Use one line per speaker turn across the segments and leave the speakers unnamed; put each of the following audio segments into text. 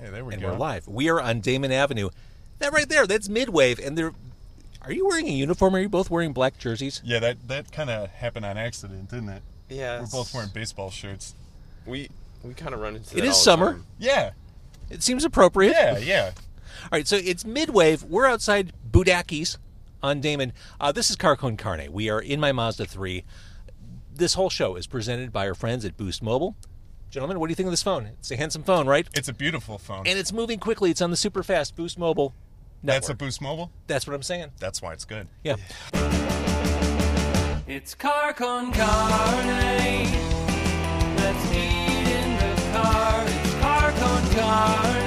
Hey, there we
and
go.
we're live. We are on Damon Avenue. That right there, that's Midwave, and they're. Are you wearing a uniform? Are you both wearing black jerseys?
Yeah, that that kind of happened on accident, didn't it?
Yeah,
We're both
it's-
wearing baseball shirts.
We we kind of run into.
It
that
is
all the
summer.
time.
Yeah,
It seems appropriate.
yeah, yeah.
All right, so it's Midwave. We're outside Budaki's on Damon. Uh, this is Carcon Carne. We are in my Mazda 3. This whole show is presented by our friends at Boost Mobile. Gentlemen, what do you think of this phone? It's a handsome phone, right?
It's a beautiful phone.
And it's moving quickly. It's on the super fast Boost Mobile network.
That's a Boost Mobile.
That's what I'm saying.
That's why it's good.
Yeah.
It's car con carne. Let's eat in the car. It's car con carne.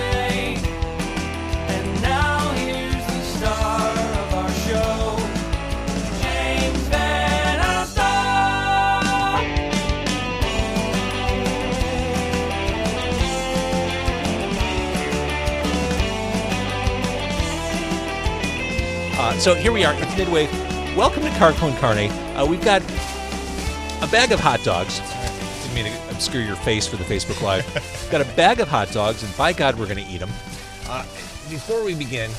And now here's the star of our show, James Van Alstyne.
Uh, so here we are. It's Midwave. Welcome to Carcon Carne. Uh, we've got a bag of hot dogs. Didn't mean to obscure your face for the Facebook Live. got a bag of hot dogs, and by God, we're going to eat them. Uh, before we begin,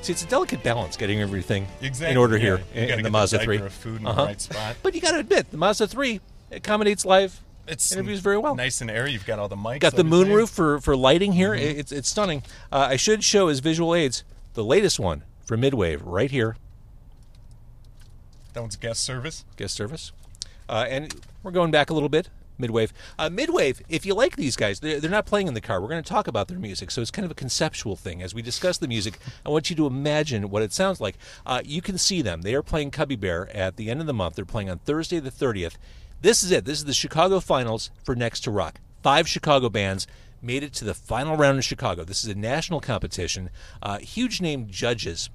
see, it's a delicate balance getting everything
Exactly.
in order
yeah.
here
You
in,
gotta
in
get
the Mazda
diaper
3.
Of food in
Uh-huh.
the right spot.
But you got to admit, the Mazda 3 accommodates live
It's
interviews very well.
Nice and airy. You've got all the mics.
Got the
everything.
moonroof for, for lighting here. It- It's, it's stunning. Uh, I should show as visual aids the latest one for Midwave right here.
That one's guest service.
guest service. Uh, and we're going back a little bit, Midwave. Uh, Midwave, if you like these guys, they're, they're not playing in the car. We're going to talk about their music. So it's kind of a conceptual thing. As we discuss the music, I want you to imagine what it sounds like. Uh, you can see them. They are playing Cubby Bear at the end of the month. They're playing on Thursday, the 30th. This is it. This is the Chicago Finals for Next to Rock. Five Chicago bands made it to the final round in Chicago. This is a national competition. Uh, huge name judges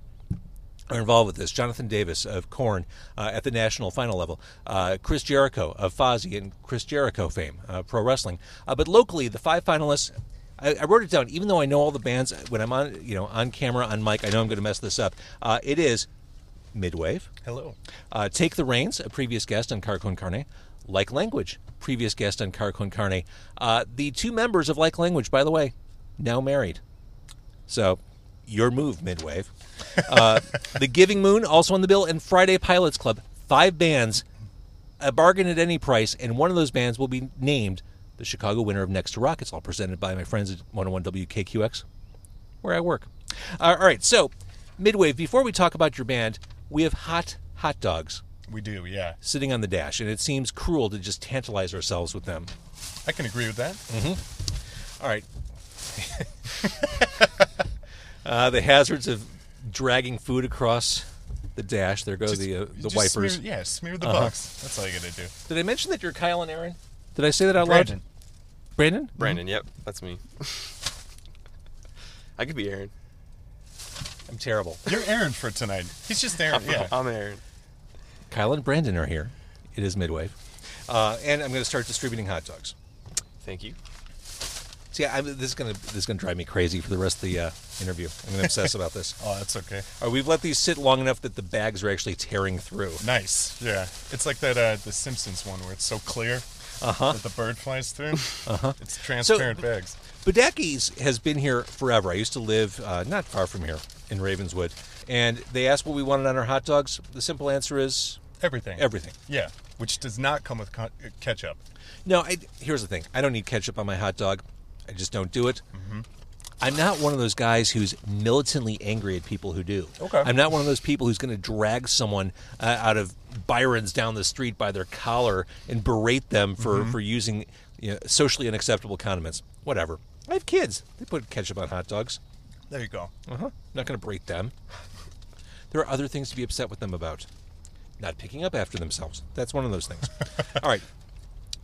are involved with this. Jonathan Davis of Korn uh, at the national final level, uh, Chris Jericho of Fozzy and Chris Jericho fame, uh, pro wrestling. Uh, but locally, the five finalists. I, I wrote it down, even though I know all the bands. When I'm on, you know, on camera, on mic, I know I'm going to mess this up. Uh, it is Midwave,
Hello.
uh, Take the Reins, a previous guest on Carcon Carne. Like Language, previous guest on Carcon Carne. Uh, the two members of Like Language, by the way, now married. So, your move, Midwave. Uh, the Giving Moon, also on the bill, and Friday Pilots Club. Five bands, a bargain at any price, and one of those bands will be named the Chicago winner of Next to Rock. It's all presented by my friends at 101 WKQX where I work. Uh, all right, so Midwave, before we talk about your band, we have hot hot dogs
We do. Yeah.
sitting on the dash, and it seems cruel to just tantalize ourselves with them.
I can agree with that.
All right. uh, the hazards of dragging food across the dash. There go
Just-
the uh, the
just
wipers. Uh-huh.
Smear, yeah, smear the bucks. That's all you gotta do.
Did I mention that you're Kyle and Aaron? Did I say that out
Brandon.
loud? Brandon?
Brandon, yep, that's me. I could be Aaron.
I'm terrible.
You're Aaron for tonight. He's just Aaron. yeah. Oh,
I'm Aaron.
Kyle and Brandon are here. It is Midwave. Uh, and I'm going to start distributing hot dogs.
Thank you.
See, I'm, this is gonna this is gonna drive me crazy for the rest of the uh, interview. I'm gonna obsess about this.
Oh, that's okay.
All right, we've let these sit long enough that the bags are actually tearing through.
Nice. Yeah. It's like that uh the Simpsons one where it's so clear uh-huh. that the bird flies through. uh-huh. It's transparent bags.
Budaki's has been here forever. I used to live uh, not far from here in Ravenswood, and they asked what we wanted on our hot dogs. The simple answer is
Everything.
everything.
Yeah. Which does not come with co- uh, ketchup.
No, I, here's the thing. I don't need ketchup on my hot dog. I just don't do it. I'm not one of those guys who's militantly angry at people who do.
Okay.
I'm not one of those people who's going to drag someone uh, out of Byron's down the street by their collar and berate them for for using you know, socially unacceptable condiments. Whatever. I have kids. They put ketchup on hot dogs.
There you go.
Uh-huh. I'm not going to berate them. There are other things to be upset with them about. Not picking up after themselves. That's one of those things. All right.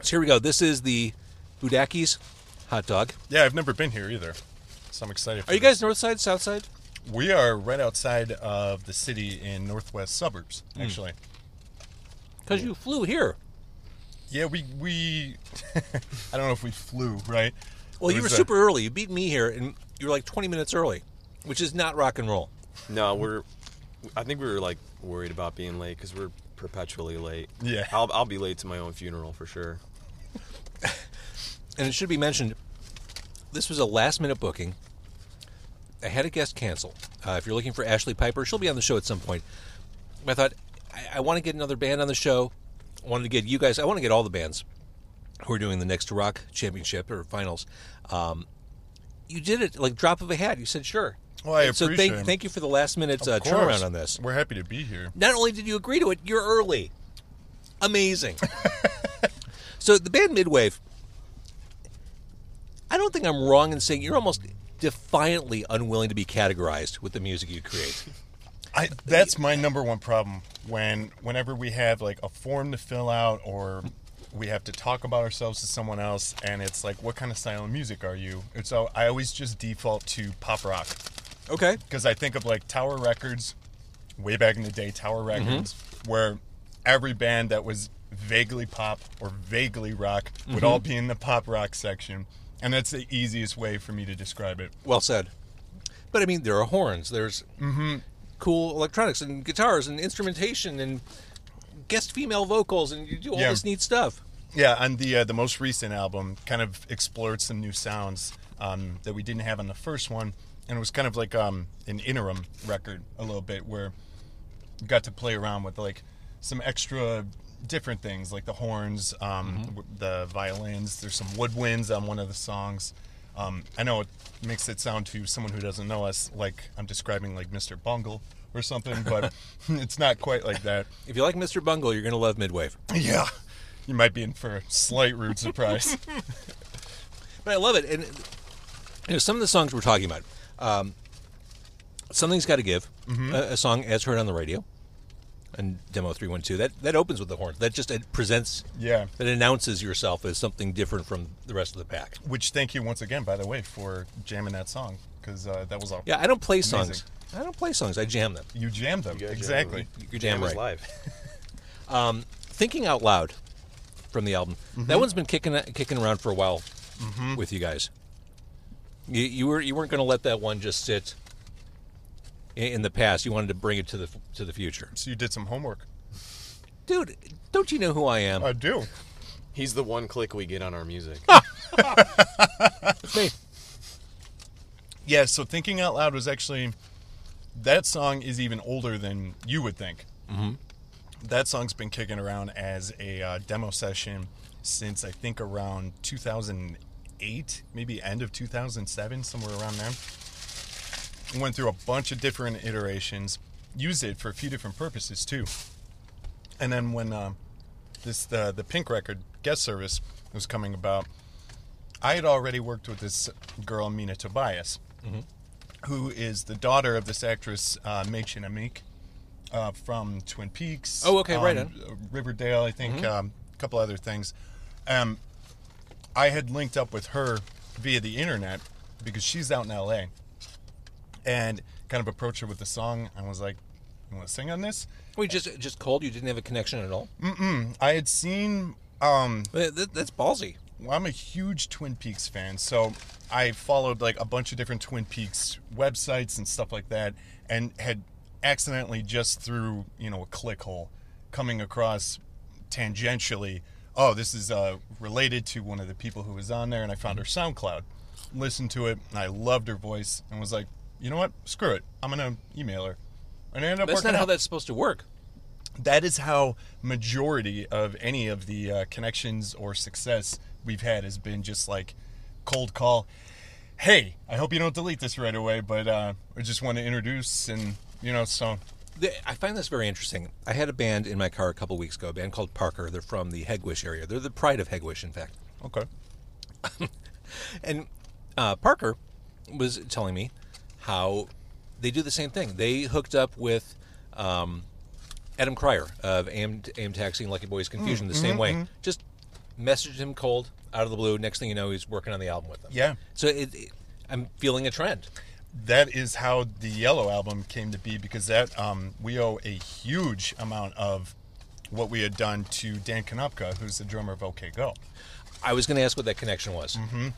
So here we go. This is the Budaki's hot dog.
Yeah, I've never been here either. So I'm excited. For
Are you
this.
guys north side, south side?
We are right outside of the city in northwest suburbs,
Hmm.
actually.
Because you flew here.
Yeah, we we I don't know if we flew, right?
Well,
It
you were
was, uh,
super early. You beat me here, and you were like 20 minutes early, which is not rock and roll.
No, we're. I think we were like worried about being late because we're perpetually late.
Yeah.
I'll, I'll be late to my own funeral for sure.
And it should be mentioned this was a last minute booking. I had a guest cancel. Uh, if you're looking for Ashley Piper, she'll be on the show at some point. But I thought I, I want to get another band on the show. I wanted to get you guys. I want to get all the bands who are doing the next rock championship or finals. Um, you did it like drop of a hat. You said sure.
Well, I
And so
appreciate
thank
it.
thank you for the last minute uh,
Of course.
turnaround on this.
We're happy to be here.
Not only did you agree to it, you're early. Amazing. so the band Midwave, I don't think I'm wrong in saying you're almost defiantly unwilling to be categorized with the music you create.
I, that's my number one problem when whenever we have like a form to fill out or we have to talk about ourselves to someone else and it's like what kind of style of music are you and so i always just default to pop rock
Okay.
because i think of like tower records way back in the day tower records where every band that was vaguely pop or vaguely rock would all be in the pop rock section and that's the easiest way for me to describe it
Well said. But I mean, there are horns. There's cool electronics and guitars and instrumentation and guest female vocals, and you do all
Yeah.
this neat stuff.
Yeah, on the uh, the most recent album, kind of explored some new sounds um, that we didn't have on the first one, and it was kind of like um, an interim record a little bit, where we got to play around with like some extra different things, like the horns, um, w- the violins. There's some woodwinds on one of the songs. Um, I know it makes it sound to someone who doesn't know us like I'm describing like Mr. Bungle or something, but it's not quite like that.
If you like Mr. Bungle, you're going to love Midwave.
Yeah. You might be in for a slight rude surprise.
But I love it. And you know, some of the songs we're talking about, um, something's got to give. A, a song as heard on the radio, and demo three one two. That that opens with the horn. That just it presents.
Yeah.
That announces yourself as something different from the rest of the pack.
Which thank you once again, by the way, for jamming that song because uh, that was all.
Yeah, I don't play songs.
Amazing.
I don't play songs. I jam them.
you jammed them
You guys are
exactly.
right.
You're damn
Jam is
right.
live.
Thinking out loud, from the album.
Mm-hmm.
That one's been kicking kicking around for a while with you guys. You, you were you weren't going to let that one just sit i- in the past. You wanted to bring it to the to the future.
So you did some homework.
dude, don't you know who I am?
I do.
He's the one click we get on our music.
Ah! It's me.
Yeah. So thinking out loud was actually that song is even older than you would think. Mm-hmm. That song's been kicking around as a uh, demo session since I think around 2008, maybe end of 2007, somewhere around there. went through a bunch of different iterations, used it for a few different purposes too. And then when uh, this the the Pink Record guest service was coming about, I had already worked with this girl Mina Tobias,
Mm-hmm.
who is the daughter of this actress uh, Machen Amik uh, from Twin Peaks.
Oh, okay, right Mm-hmm.
um, Riverdale, I think, um, a couple other things. Um, I had linked up with her via the internet because she's out in LA and kind of approached her with the song. I was like, "You want to sing on this?"
We just just cold. You didn't have a connection at all.
I had seen. Um,
Th- th- that's ballsy.
well, I'm a huge Twin Peaks fan, so I followed like a bunch of different Twin Peaks websites and stuff like that, and had accidentally just through you know a click hole coming across tangentially. Oh, this is uh, related to one of the people who was on there, and I found her SoundCloud, listened to it, and I loved her voice, and was like, you know what, screw it, I'm gonna email her, and I ended up
That's
working
not how
out
that's supposed to work.
that is how majority of any of the uh, connections or success we've had has been just like cold call hey i hope you don't delete this right away but uh, i just want to introduce and you know so
Th- I find this very interesting. I had a band in my car a couple weeks ago. A band called Parker. They're from the Hegwish area. They're the pride of Hegwish, in fact.
okay
And uh, Parker was telling me how they do the same thing. They hooked up with um, Adam Cryer of AM, AM Taxi and Lucky
Mm,
Boys Confusion the
mm-hmm,
same way. Just messaged him cold out of the blue. Next thing you know, he's working on the album with them.
Yeah.
So it, it, I'm feeling a trend.
that is how the yellow album came to be because that um, we owe a huge amount of what we had done to dan kanopka who's the drummer of ok go
I was going to ask what that connection was.
Mm-hmm.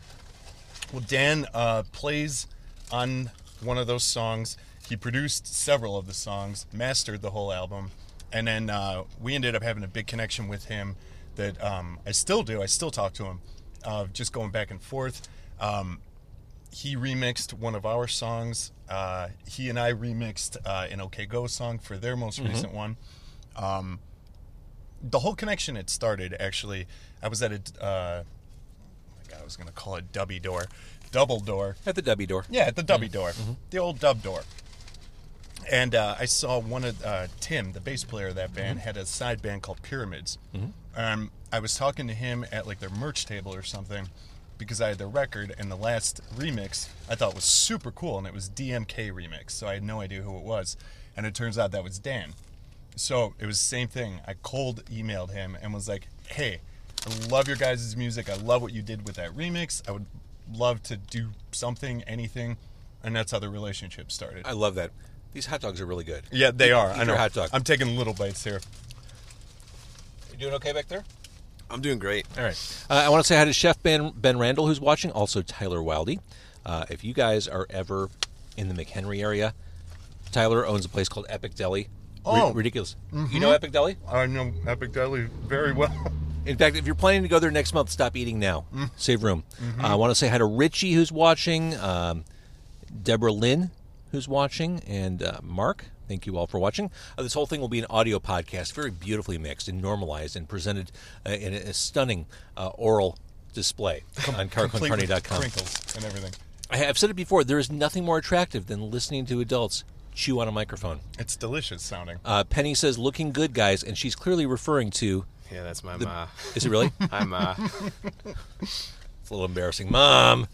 Well, Dan uh, plays on one of those songs. He produced several of the songs, mastered the whole album, and then uh, we ended up having a big connection with him that um, I still do. I still talk to him, uh, just going back and forth. Um, he remixed one of our songs. Uh, he and I remixed uh, an OK Go song for their most recent one. Um, the whole connection it started actually. I was at a, uh, oh my God, I was going to call it Dubby Door, Double Door.
At the W door.
Yeah, at the dubby door, the old dub door. And uh, I saw one of uh, Tim, the bass player of that band, had a side band called Pyramids. Um, I was talking to him at like their merch table or something because I had their record and the last remix I thought was super cool and it was DMK remix. So I had no idea who it was, and it turns out that was Dan. So it was the same thing. I cold emailed him and was like, "Hey, I love your guys' music. I love what you did with that remix. I would love to do something, anything." And that's how the relationship started.
I love that. These hot dogs are really good.
yeah, they are.
Eat
I
your
know.
hot dog.
I'm taking little bites here.
You doing okay back there?
I'm doing great.
All right. Uh, I want to say hi to Chef Ben Ben Randall, who's watching. Also Tyler Wildy. Uh, if you guys are ever in the McHenry area, Tyler owns a place called Epic Deli. Ri-
Oh.
ridiculous! You know Epic Deli?
I know Epic Deli very well.
In fact, if you're planning to go there next month, stop eating now. Save room. Uh, I want to say hi to Richie, who's watching, um, Deborah Lynn, who's watching, and uh, Mark. Thank you all for watching. Uh, this whole thing will be an audio podcast, very beautifully mixed and normalized and presented uh, in a, a stunning uh, oral display on
Complete with
carconcarne.com.
Crinkles and everything.
I- I've said it before, there is nothing more attractive than listening to adults chew on a microphone.
It's delicious sounding.
Uh, Penny says, looking good, guys, and she's clearly referring to.
Yeah, that's my uh, ma.
Is it really?
Hi ma.
It's a little embarrassing. Mom,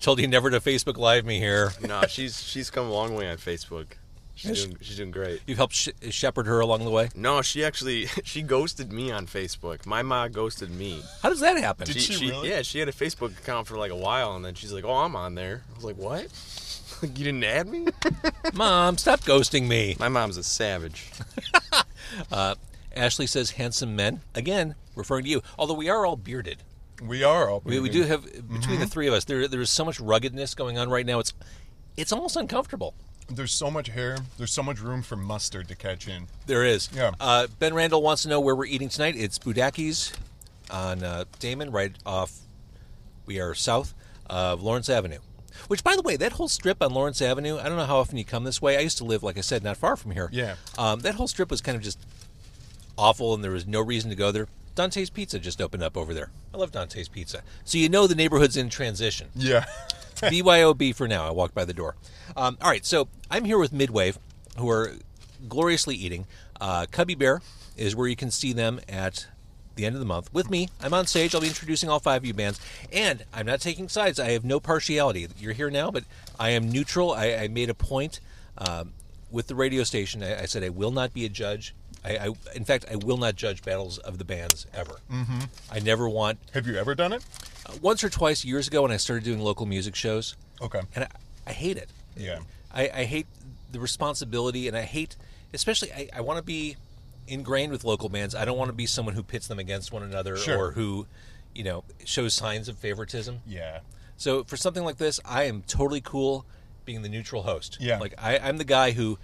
told you never to Facebook Live me here.
no, she's she's come a long way on Facebook. She's
Yes.
doing, she's doing great.
You've helped sh- shepherd her along the way.
No, she actually she ghosted me on Facebook. My ma ghosted me.
How does that happen?
Did she really?
Yeah, she had a Facebook account for like a while, and then she's like, "Oh, I'm on there." I was like, "What? Like, you didn't add me?"
Mom, stop ghosting me.
My mom's a savage.
Ashley says, handsome men. Again, referring to you. Although we are all bearded.
we are all.
We, we do have, between
Mm-hmm.
the three of us, there there is so much ruggedness going on right now. It's it's almost uncomfortable.
There's so much hair. There's so much room for mustard to catch in.
There is.
Yeah.
Uh, ben Randall wants to know where we're eating tonight. It's Budaki's on uh, Damon, right off. We are south of Lawrence Avenue. Which, by the way, that whole strip on Lawrence Avenue, I don't know how often you come this way. I used to live, like I said, not far from here.
Yeah.
Um, that whole strip was kind of just awful, and there was no reason to go there. Dante's Pizza just opened up over there. I love Dante's Pizza. So you know the neighborhood's in transition.
Yeah.
BYOB for now. I walked by the door. Um, all right, so I'm here with Midwave, who are gloriously eating. Uh, Cubby Bear is where you can see them at the end of the month with me. I'm on stage. I'll be introducing all five of you bands, and I'm not taking sides. I have no partiality. You're here now, but I am neutral. I, I made a point um, with the radio station. I, I said I will not be a judge. I, I, in fact, I will not judge battles of the bands ever. Mm-hmm. I never want uh,
have you ever done it?
once or twice years ago when I started doing local music shows.
Okay.
And I, I hate it.
Yeah.
I, I hate the responsibility and I hate, especially, I, I want to be ingrained with local bands. I don't want to be someone who pits them against one another
Sure.
or who, you know, shows signs of favoritism.
Yeah.
So for something like this, I am totally cool being the neutral host.
Yeah.
Like, I, I'm the guy who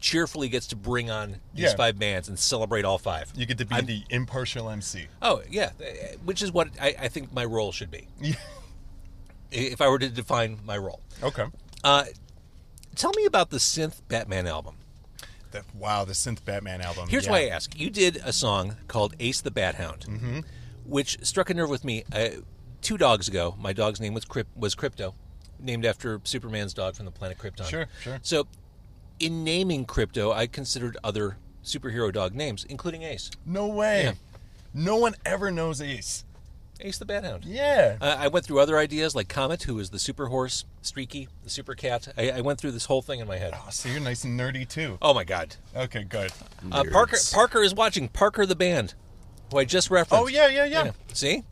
cheerfully gets to bring on these
Yeah.
five bands and celebrate all five.
You get to be the impartial MC.
Oh yeah, eh, which is what I, I think my role should be.
Yeah.
If I were to define my role,
Okay.
uh, tell me about the synth Batman album.
That, wow, the synth Batman album.
Here's
yeah. Mm-hmm.
why I ask: you did a song called "Ace the Bat Hound," which struck a nerve with me. Uh, two dogs ago, my dog's name was Cryp- was Crypto, named after Superman's dog from the planet Krypton.
Sure, sure.
So, in naming Crypto, I considered other superhero dog names, including Ace,
No way.
Yeah.
No one ever knows Ace.
Ace the Bat Hound.
Yeah.
Uh, I went through other ideas like Comet, who was the super horse, Streaky, the super cat. I, I went through this whole thing in my head.
oh, so you're nice and nerdy too.
Oh my god!
Okay, good.
Uh, Parker
Nerds.
Parker is watching. Parker the band, who I just referenced.
Oh yeah, yeah, yeah.
Yeah. See?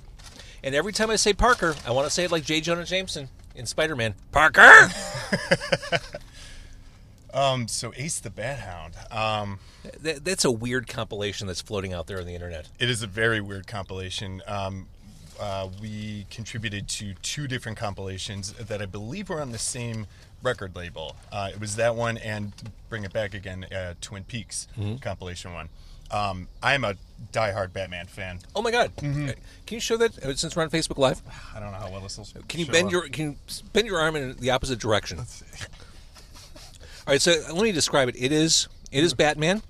And every time I say Parker, I want to say it like J. Jonah Jameson in Spider Man. Parker!
Um, so Ace the Bat Hound. Um,
That- that's a weird compilation that's floating out there on the internet.
It is a very weird compilation. Um, uh, we contributed to two different compilations that I believe were on the same record
Mm-hmm.
label. Uh, it was that one and bring it back again, uh, Twin Peaks compilation one. Um, I'm a diehard Batman fan.
Oh my God! Uh, Can you show that uh, since we're on Facebook Live?
Mm-hmm. I don't know how well this will.
Can you
show
bend
up.
your can you s- bend your arm in the opposite direction? All right, so uh, let me describe it. It is it
Mm-hmm.
is Batman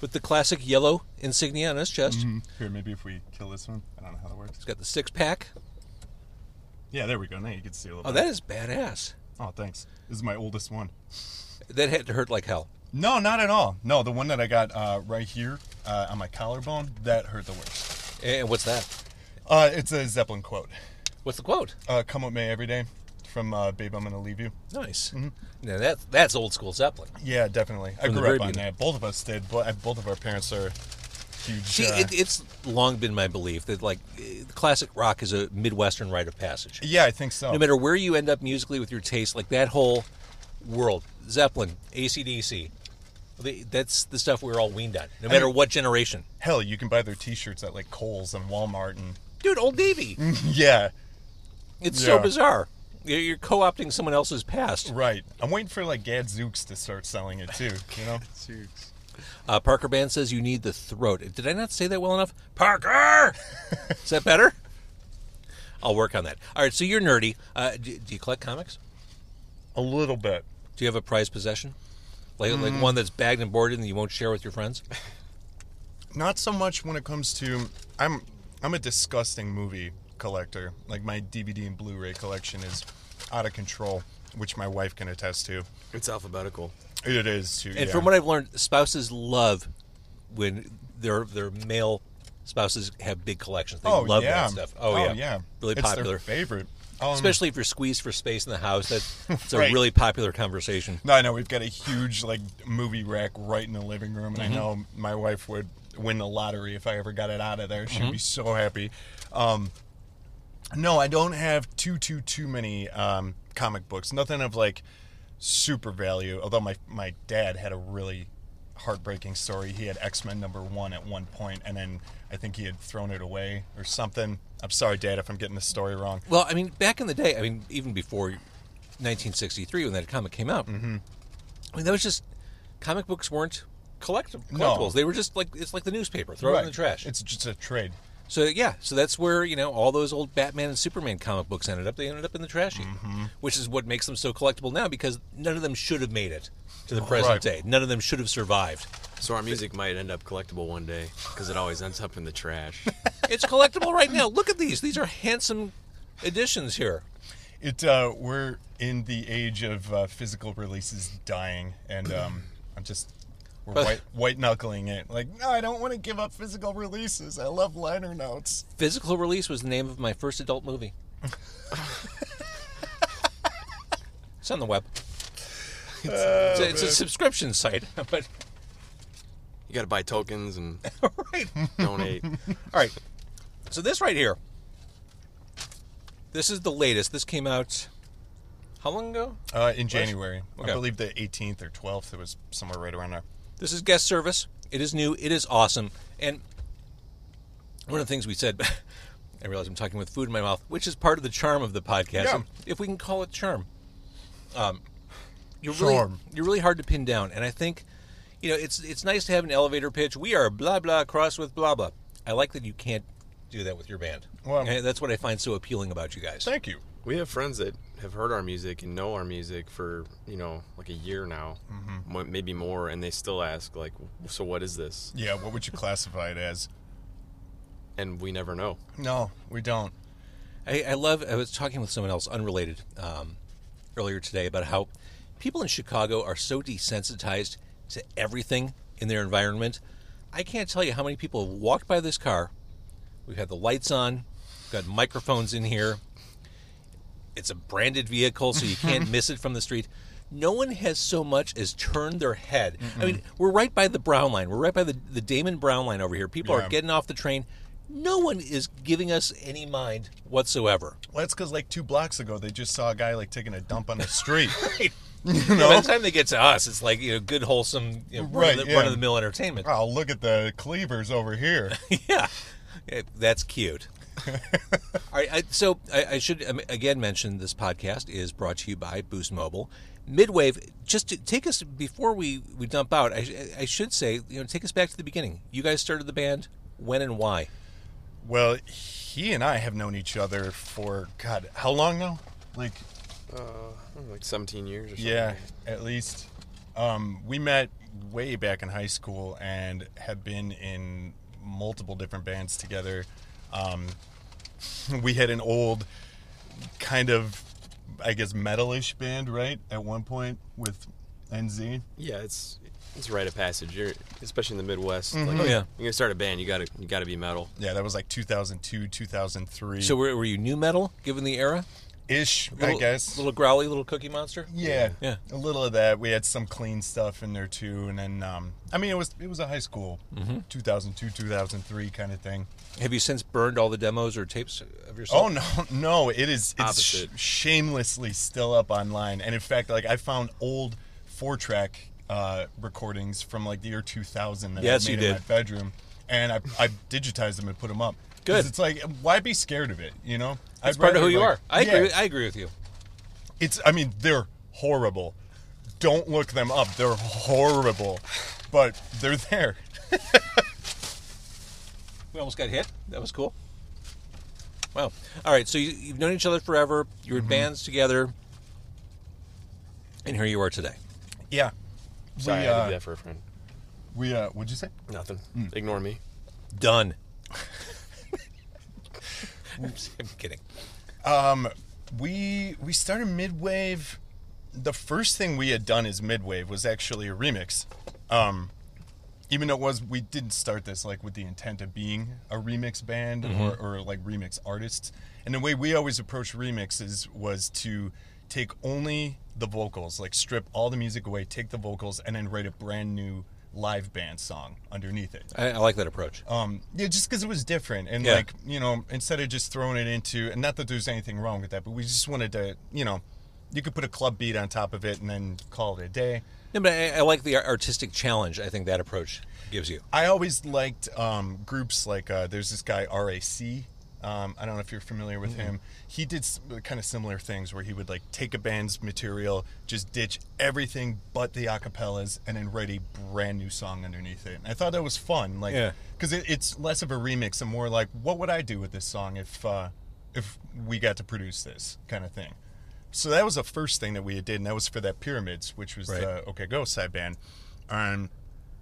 with the classic yellow insignia on his chest.
here? Maybe if we kill this one, I don't know how that works.
He's got the six pack.
Yeah, there we go. Now you can see a little.
Oh,
bit.
that is badass.
Oh, thanks. This is my oldest one.
That had to hurt like hell.
No, not at all. No, the one that I got uh, right here uh, on my collarbone that hurt the worst.
And what's that?
Uh, it's a Zeppelin quote.
What's the quote?
Uh, "Come with me every day," from uh, "Babe, I'm gonna leave you."
Nice. Now that that's old school Zeppelin.
Yeah, definitely. I
From the
grew
very
up on
beginning.
that. Both of us did. Bo- uh, both of our parents are huge.
See,
uh,
it, it's long been my belief that like eh, classic rock is a midwestern rite of passage.
yeah, I think so.
no matter where you end up musically with your taste, like that whole world, Zeppelin, ACDC, the- that's the stuff we were all weaned on, no matter what generation.
Hell, you can buy their T-shirts at like Kohl's and Walmart, and
Dude, Old Navy.
yeah,
It's
Mm-hmm. Yeah.
so bizarre. You're you're co-opting someone else's past.
right. I'm waiting for like Gadzooks to start selling it too. You know,
Uh, Parker Band says you need the throat. Did I not say that well enough? Parker! Is that better? I'll work on that. All right, so you're nerdy. Uh, do, do you collect comics?
a little bit.
Do you have a prized possession? Like,
Mm.
like one that's bagged and boarded and you won't share with your friends?
Not so much when it comes to I'm I'm a disgusting movie collector. Like my DVD and Blu-ray collection is out of control, which my wife can attest to.
It's alphabetical.
It is too.
And
yeah.
from what I've learned, spouses love when their their male spouses have big collections. They love that stuff. Oh, yeah, really
It's their
popular.
favorite. Um,
Especially if you're squeezed for space in the house, that's it's a
Right.
really popular conversation.
No, I know we've got a huge like movie rack right in the living room, and
Mm-hmm.
I know my wife would win the lottery if I ever got it out of there. She'd
Mm-hmm.
be so happy. Um, no, I don't have too too too many um, comic books. Nothing of like super value. Although my my dad had a really heartbreaking story. He had X Men number one at one point, and then I think he had thrown it away or something. I'm sorry, Dad, if I'm getting this story wrong.
Well, I mean, back in the day, I mean, even before 1963 when that comic came out,
Mm-hmm.
I mean, that was just comic books weren't collectible.
No.
collectibles. They were just like it's like the newspaper, throw it in the trash.
It's just a trade.
So yeah, so that's where you know all those old Batman and Superman comic books ended up. They ended up in the trash heap,
Mm-hmm.
which is what makes them so collectible now because none of them should have made it to the present
Right.
day. None of them should have survived.
So our music might end up collectible one day because it always ends up in the trash.
It's collectible right now. Look at these; these are handsome editions here.
It uh, we're in the age of uh, physical releases dying, and um, I'm just we're white white knuckling it. Like, no, I don't want to give up physical releases. I love liner notes.
Physical release was the name of my first adult movie. it's on the web. It's, it's a, it's a subscription site, but
You got to buy tokens and
right.
donate.
All right. So this right here. This is the latest. This came out how long ago?
Uh, in January,
Okay.
I believe the 18th or 12th. It was somewhere right around there.
This is guest service. It is new. It is awesome. And one of the things we said, I realize I'm talking with food in my mouth, which is part of the charm of the podcast,
Yeah.
if we can call it charm. Um, you're really
Charm.
you're really hard to pin down, and I think you know it's it's nice to have an elevator pitch. We are blah blah cross with blah blah. I like that you can't do that with your band.
Well-
And that's what I find so appealing about you guys.
Thank you.
We have friends that have heard our music and know our music for you know like a year now, m- maybe more, and they still ask like, "So what is this?"
Yeah, what would you classify it as?
And we never know.
No, we don't.
I, I love. I was talking with someone else, unrelated, um, earlier today about how people in Chicago are so desensitized to everything in their environment. I can't tell you how many people have walked by this car. We've had the lights on, got microphones in here. It's a branded vehicle, so you can't miss it from the street. No one has so much as turned their head. I mean, we're right by the Brown line. We're right by the, the Damon Brown line over here. People are
Yeah.
getting off the train. No one is giving us any mind whatsoever.
Well, that's because like two blocks ago, they just saw a guy like taking a dump on the street.
By the time they get to us, it's like you know, good wholesome, you know,
Right,
run, of the,
yeah.
run of the mill entertainment.
oh, look at the cleavers over here.
yeah, Yeah, that's cute. All right. I, so I, I should um, again mention this podcast is brought to you by Boost Mobile. Midwave, just to take us before we, we dump out, I, sh- I should say, you know, take us back to the beginning. You guys started the band when and why?
Well, he and I have known each other for God, how long now? Like,
Uh, I don't know, like 17 years or something.
yeah, at least. Um, we met way back in high school and have been in multiple different bands together. Um, we had an old kind of, I guess, metalish band, right? At one point with NZ.
Yeah, it's it's a rite of passage. You're especially in the Midwest.
Mm-hmm.
Like,
Oh, yeah.
You're gonna start a band. You gotta you gotta be metal.
Yeah, that was like 2002, 2003.
So were, were you new metal given the era?
ish, I
Little-
guess.
Little growly, little Cookie Monster.
Yeah,
Yeah.
a little of that. We had some clean stuff in there too, and then um, I mean, it was it was a high school,
Mm-hmm.
2002, 2003 kind of thing.
Have you since burned all the demos or tapes of yourself?
Oh no, no, it is it's sh-
Opposite.
shamelessly still up online, and in fact, like I found old four track uh, recordings from like the year 2000 that
Yes,
I
you
made in
did.
my bedroom, and I I digitized them and put them up. 'Cause
Good.
It's like why be scared of it, you know?
That's
I'd
part of who
rather,
you
like-
are. I
Yeah.
agree. I agree with you.
It's I mean they're horrible. Don't look them up. They're horrible. But they're there.
We almost got hit. That was cool. Wow. All right. So you, you've known each other forever. You were
Mm-hmm.
in bands together, and here you are today.
Yeah.
Sorry,
we
I had to do
uh, Mm.
that for a friend.
we uh what'd you say?
Nothing. Ignore me.
Done. I'm just- I'm kidding.
We we started Midwave. The first thing we had done is Midwave was actually a remix. Um even though it was we didn't start this like with the intent of being a remix band or, or like remix artists. And the way we always approached remixes was to take only the vocals, like strip all the music away, take the vocals, and then write a brand new live band song underneath it.
I, I like that approach.
Uh,
Um, yeah, just because it was different, and
Yeah.
like you know, instead of just throwing it into, and not that there's anything wrong with that, but we just wanted to, you know, you could put a club beat on top of it and then call it a day.
No, but I, I like the ar- artistic challenge. I think that approach gives you.
I always liked um, groups like uh, there's this guy RAC. Um, I don't know if you're familiar with him. He did s- kind of similar things where he would like take a band's material, just ditch everything but the acapellas, and then write a brand new song underneath it. And I thought that was fun, like
Yeah.
because it, it's less of a remix and more like what would I do with this song if uh, if we got to produce this kind of thing. So that was the first thing that we did, and that was for that pyramids, which was
Right.
the OK Go side band. Um,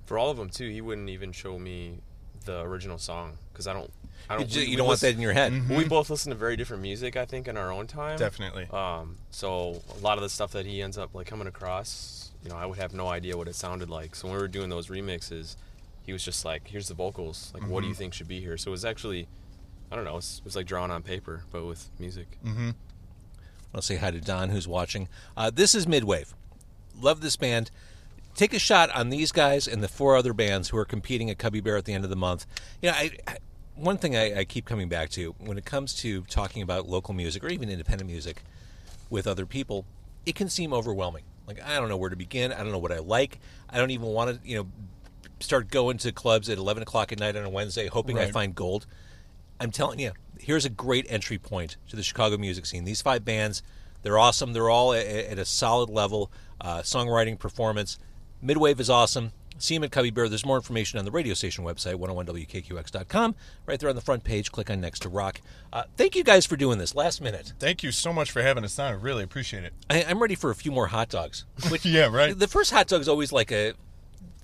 For all of them too, he wouldn't even show me the original song because I don't. I
You,
don't.
ju-
Uh, we-
you
we
don't want
listen- Mm-hmm.
that in your head.
Well, We both listen to very different music, I think, in our own time.
Mm-hmm.
Uh,
Definitely.
Um, so a lot of the stuff that he ends up like coming across, you know, I would have no idea what it sounded like. So when we were doing those remixes, he was just like, "Here's the vocals. Like, what do you think should be here?" So it was actually, I don't know, it was, it was like drawn on paper, but with music.
I'll say hi to Don, who's watching. Uh, this is Midwave. Love this band. Take a shot on these guys and the four other bands who are competing at Cubby Bear at the end of the month. You know, I, I one thing I, I keep coming back to when it comes to talking about local music or even independent music with other people, it can seem overwhelming. Like I don't know where to begin. I don't know what I like. I don't even want to, you know, start going to clubs at eleven o'clock at night on a Wednesday, hoping I
Right.
find gold. I'm telling you, here's a great entry point to the Chicago music scene. These five bands, they're awesome. They're all at, at a solid level. Uh, songwriting, performance. Midwave is awesome. See them at Cubby Bear. There's more information on the radio station website, 101wkqx.com. Right there on the front page, click on Next to Rock. Uh, thank you guys for doing this. Last minute.
Thank you so much for having us on. I really appreciate it.
I, I'm ready for a few more hot dogs. Which,
Yeah, right.
The first hot dog's always like a,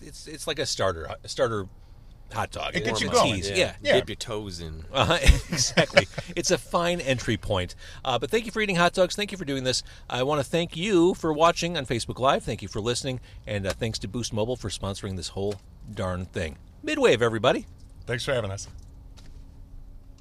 it's it's like a starter a starter hot dog.
It gets
It's
you
a
going.
tease.
Yeah.
yeah.
Dip your toes in.
Uh, exactly. it's a fine entry point. Uh, but thank you for eating hot dogs. Thank you for doing this. I want to thank you for watching on Facebook Live. Thank you for listening. And uh, thanks to Boost Mobile for sponsoring this whole darn thing. Midwave, everybody.
Thanks for having us.